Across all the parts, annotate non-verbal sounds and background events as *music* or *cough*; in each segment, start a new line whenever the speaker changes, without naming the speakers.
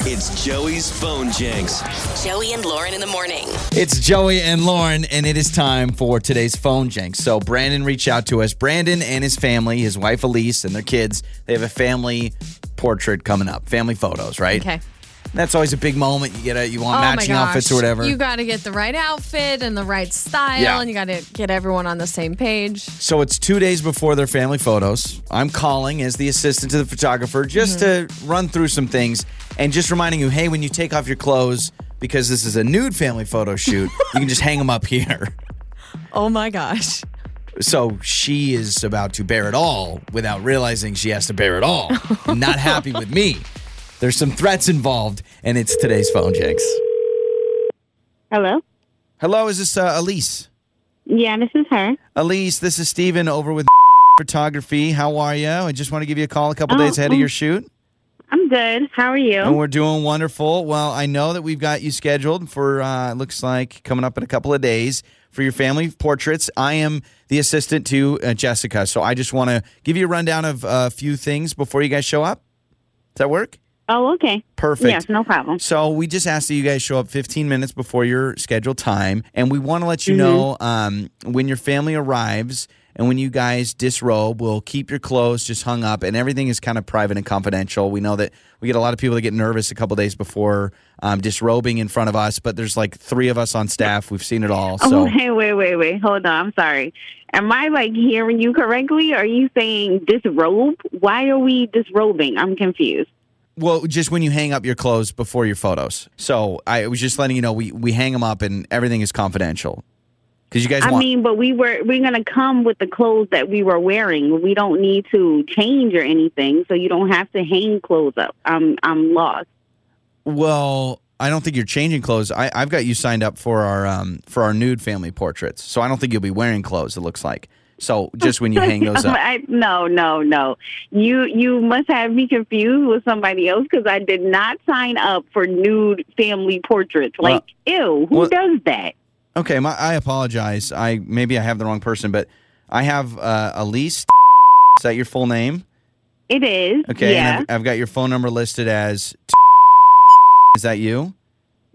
It's Joey's phone jinx.
Joey and Lauren in the morning.
It's Joey and Lauren, and it is time for today's phone jinx. So Brandon reached out to us. Brandon and his family, his wife Elise and their kids, they have a family portrait coming up, family photos, right?
Okay.
And that's always a big moment. You get a, you want
Oh my
matching
gosh.
outfits or whatever.
You got to get the right outfit and the right style,
Yeah.
and you got to get everyone on the same page.
so it's two days before their family photos. I'm calling as the assistant to the photographer just to
Mm-hmm.
run through some things and just reminding you, hey, when you take off your clothes, because this is a nude family photo shoot, you can just hang them up here.
Oh my gosh.
So she is about to bear it all without realizing she has to bear it all. and not happy with me. There's some threats involved, and it's today's phone jinx.
Hello?
Hello, is this uh, Elise?
Yeah, this is her.
Elise, this is Steven over with *laughs* Photography. How are you? I just want to give you a call a couple
Oh,
days ahead of
oh.
your shoot.
I'm good. How are
And
you?
we're doing wonderful. Well, I know that we've got you scheduled for, uh, looks like, coming up in a couple of days for your family portraits. I am the assistant to uh, Jessica. So I just want to give you a rundown of uh, a few things before you guys show up. Does that work?
Oh, okay.
Perfect.
Yes, no problem.
So we just asked that you guys show up 15 minutes before your scheduled time, and we want to let you know um, when your family arrives and when you guys disrobe. We'll keep your clothes just hung up, and everything is kind of private and confidential. We know that we get a lot of people that get nervous a couple days before um, disrobing in front of us, but there's like three of us on staff. We've seen it all.
Oh,
So
*laughs* wait, wait, wait, wait. Hold on. I'm sorry. Am I like hearing you correctly? Are you saying disrobe? Why are we disrobing? I'm confused.
well, just when you hang up your clothes before your photos. So I was just letting you know we we hang them up, and everything is confidential. Because you guys
I
want.
mean, but we were we're gonna come with the clothes that we were wearing. We don't need to change or anything, so you don't have to hang clothes up. I'm I'm lost.
Well, I don't think you're changing clothes. I, I've got you signed up for our um, for our nude family portraits, so I don't think you'll be wearing clothes. It looks like so. Just
*laughs*
when you hang those up,
Uh-huh. I, no, no, no. You you must have me confused with somebody else because I did not sign up for nude family portraits. Like, ew, who
well-
does that?
okay. My, I apologize. I maybe I have the wrong person, but I have uh, Elise. *laughs* Is that your full name?
It is.
Okay. and
Yeah.
I've, I've got your phone number listed as. *laughs* Is that you?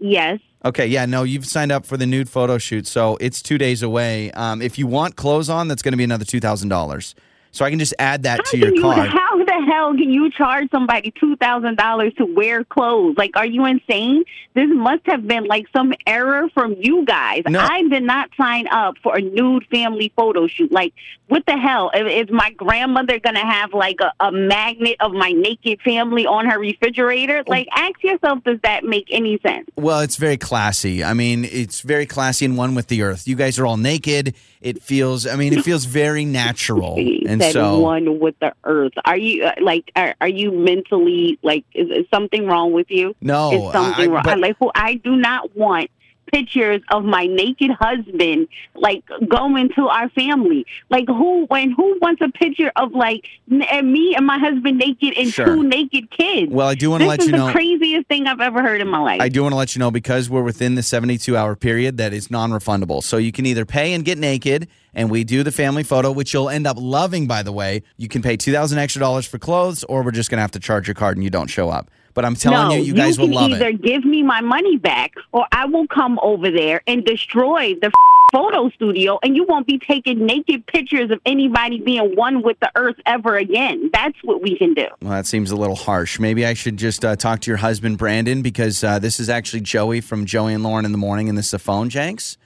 Yes.
Okay, yeah, no, you've signed up for the nude photo shoot, so it's two days away. Um, if you want clothes on, that's going to be another two thousand dollars. So I can just add that to
How
your
can you-
card.
How the hell can you charge somebody two thousand dollars to wear clothes? Like, are you insane? This must have been like some error from you guys.
No.
I did not sign up for a nude family photo shoot. Like, what the hell? I- Is my grandmother gonna have like a, a magnet of my naked family on her
Oh.
refrigerator? Like, ask yourself, does that make any sense?
Well, it's very classy. I mean, it's very classy and one with the earth. You guys are all naked. It feels, I mean,
*laughs*
it feels very natural.
She
Oh, And
said
so,
one with the earth. Are you uh, like? Are, are you mentally like? Is, is something wrong with you?
no,
is something
Oh, I-
wrong.
but-
like, who I do not want pictures of my naked husband like going to our family. Like, who when who wants a picture of like n- and me and my husband naked and
Sure.
two naked kids?
well, I do want to
this
let
is
you
the
know.
craziest thing I've ever heard in my life.
I do want to let you know because we're within the 72 hour period that is non refundable. So you can either pay and get naked, and we do the family photo, which you'll end up loving, by the way. You can pay 2000 extra dollars for clothes, or we're just going to have to charge your card and you don't show up. But I'm telling
no,
you, you guys
can
will love
either
it.
give me my money back, or I will come over there and destroy the f- photo studio, and you won't be taking naked pictures of anybody being one with the earth ever again. That's what we can do.
Well, that seems a little harsh. Maybe I should just uh, talk to your husband, Brandon, because uh, this is actually Joey from Joey and Lauren in the morning, and this is a phone janks.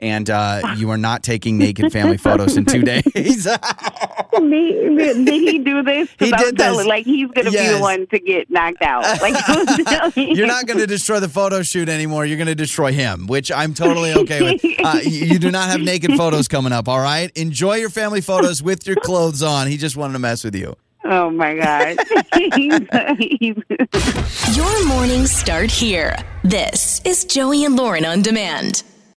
And uh, you are not taking naked family photos in two days. *laughs*
did, did he do this? 'Cause
He
I'm
did this.
telling- Like he's gonna be
Yes.
the one to get knocked out. Like
*laughs*
*laughs*
You're not going to destroy the photo shoot anymore. You're going to destroy him, which I'm totally okay with. Uh, you, you do not have naked photos coming up, all right? Enjoy your family photos with your clothes on. He just wanted to mess with you.
Oh my
*laughs*
god. *laughs* He's- he's-
Your mornings start here. This is Joey and Lauren on demand.